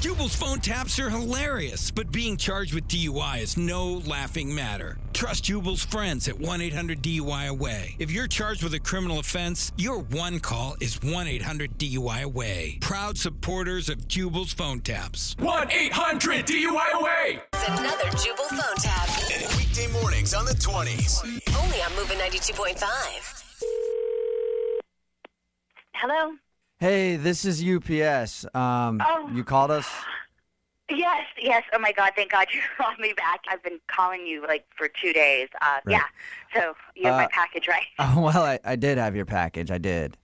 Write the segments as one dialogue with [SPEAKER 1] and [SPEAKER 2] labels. [SPEAKER 1] Jubal's phone taps are hilarious, but being charged with DUI is no laughing matter. Trust Jubal's friends at 1 800 DUI Away. If you're charged with a criminal offense, your one call is 1 800 DUI Away. Proud supporters of Jubal's phone taps.
[SPEAKER 2] 1 800 DUIOA!
[SPEAKER 3] It's another Jubal phone tab.
[SPEAKER 4] Weekday mornings on the 20s.
[SPEAKER 3] Only on Moving 92.5.
[SPEAKER 5] Hello.
[SPEAKER 6] Hey, this is UPS. Um,
[SPEAKER 5] Oh.
[SPEAKER 6] You called us?
[SPEAKER 5] Yes, yes. Oh my God! Thank God you called me back. I've been calling you like for two days. Uh, Yeah. So you have my
[SPEAKER 6] Uh,
[SPEAKER 5] package, right?
[SPEAKER 6] Oh, well, I, I did have your package. I did.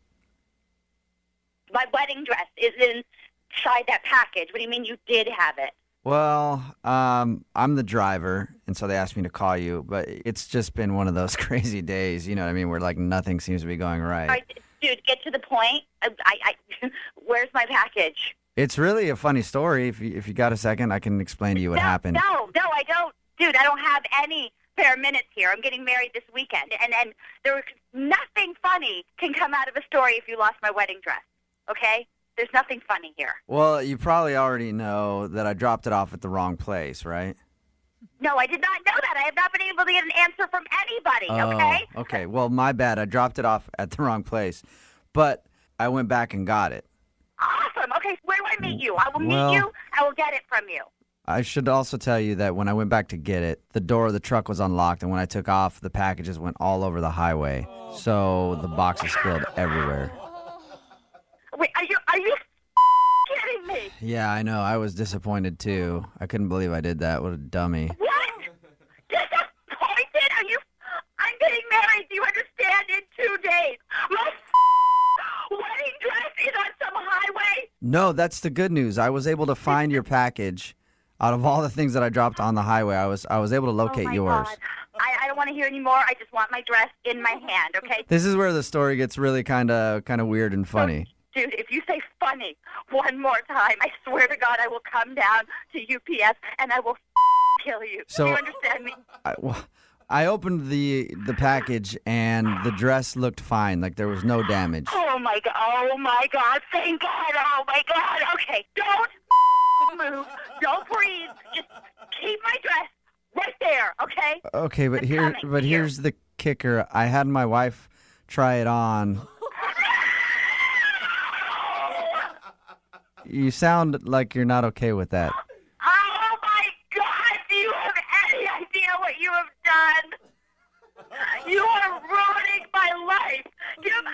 [SPEAKER 5] My wedding dress is inside that package. What do you mean you did have it?
[SPEAKER 6] Well, um, I'm the driver, and so they asked me to call you, but it's just been one of those crazy days, you know what I mean, where like nothing seems to be going right.
[SPEAKER 5] All right, dude, get to the point. I, I, I where's my package?
[SPEAKER 6] It's really a funny story. If you, if you got a second, I can explain to you what
[SPEAKER 5] no,
[SPEAKER 6] happened.
[SPEAKER 5] No, no, I don't, dude. I don't have any spare minutes here. I'm getting married this weekend, and and there was nothing funny can come out of a story if you lost my wedding dress. Okay, there's nothing funny here.
[SPEAKER 6] Well, you probably already know that I dropped it off at the wrong place, right?
[SPEAKER 5] No, I did not know that. I have not been able to get an answer from anybody. Okay.
[SPEAKER 6] Oh, okay. Well, my bad. I dropped it off at the wrong place, but I went back and got it.
[SPEAKER 5] Awesome. Okay, where do I meet you? I will
[SPEAKER 6] Well-
[SPEAKER 5] meet you. I will get it from you.
[SPEAKER 6] I should also tell you that when I went back to get it, the door of the truck was unlocked, and when I took off, the packages went all over the highway. So the boxes spilled everywhere.
[SPEAKER 5] Wait, are you are you kidding me?
[SPEAKER 6] Yeah, I know. I was disappointed too. I couldn't believe I did that. What a dummy.
[SPEAKER 5] What? Disappointed? Are you? I'm getting married. Do you understand? In two days, my wedding dress is on some highway.
[SPEAKER 6] No, that's the good news. I was able to find your package. Out of all the things that I dropped on the highway, I was I was able to locate
[SPEAKER 5] oh my
[SPEAKER 6] yours.
[SPEAKER 5] God. I, I don't want to hear any more. I just want my dress in my hand. Okay.
[SPEAKER 6] This is where the story gets really kind of kind of weird and funny.
[SPEAKER 5] Dude, if you say funny one more time, I swear to God, I will come down to UPS and I will kill you.
[SPEAKER 6] So-
[SPEAKER 5] Do you understand me?
[SPEAKER 6] I, well, I opened the the package and the dress looked fine. Like there was no damage.
[SPEAKER 5] Oh my God! Oh my God! Thank God! Oh my God! Okay, don't move. Don't breathe. Just keep my dress right there. Okay?
[SPEAKER 6] Okay, but
[SPEAKER 5] It's
[SPEAKER 6] here
[SPEAKER 5] coming
[SPEAKER 6] but
[SPEAKER 5] here.
[SPEAKER 6] here's the kicker. I had my wife try it on. You sound like you're not okay with that.
[SPEAKER 5] Oh my God! Do you have any idea what you have done? You are ruining my life. Do you have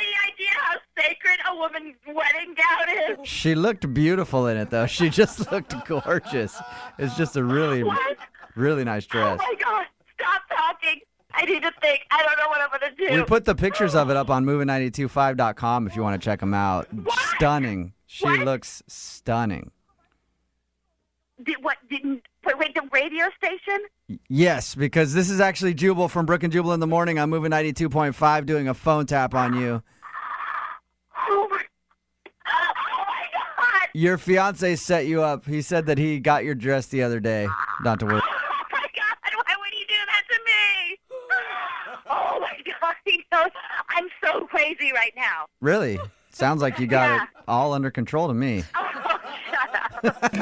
[SPEAKER 5] any idea how sacred a woman's wedding gown is?
[SPEAKER 6] She looked beautiful in it though. She just looked gorgeous. It's just a really
[SPEAKER 5] What?
[SPEAKER 6] really nice
[SPEAKER 5] Oh
[SPEAKER 6] dress.
[SPEAKER 5] my God! Stop talking. I need to think. I don't know what I'm gonna do.
[SPEAKER 6] We put the pictures of it up on moving925.com if you want to check them out. Stunning. She
[SPEAKER 5] What?
[SPEAKER 6] looks stunning.
[SPEAKER 5] Did, what didn't? Wait, wait. The radio station.
[SPEAKER 6] Yes, because this is actually Jubal from Brook and Jubal in the morning. I'm moving 92.5 doing a phone tap on you.
[SPEAKER 5] Oh my, oh my God!
[SPEAKER 6] Your fiance set you up. He said that he got your dress the other day. Not to worry.
[SPEAKER 5] Oh my God! Why would he do that to me? Oh my God! He knows I'm so crazy right now.
[SPEAKER 6] Really? Sounds like you got it all under control to me.
[SPEAKER 5] Oh, shut up.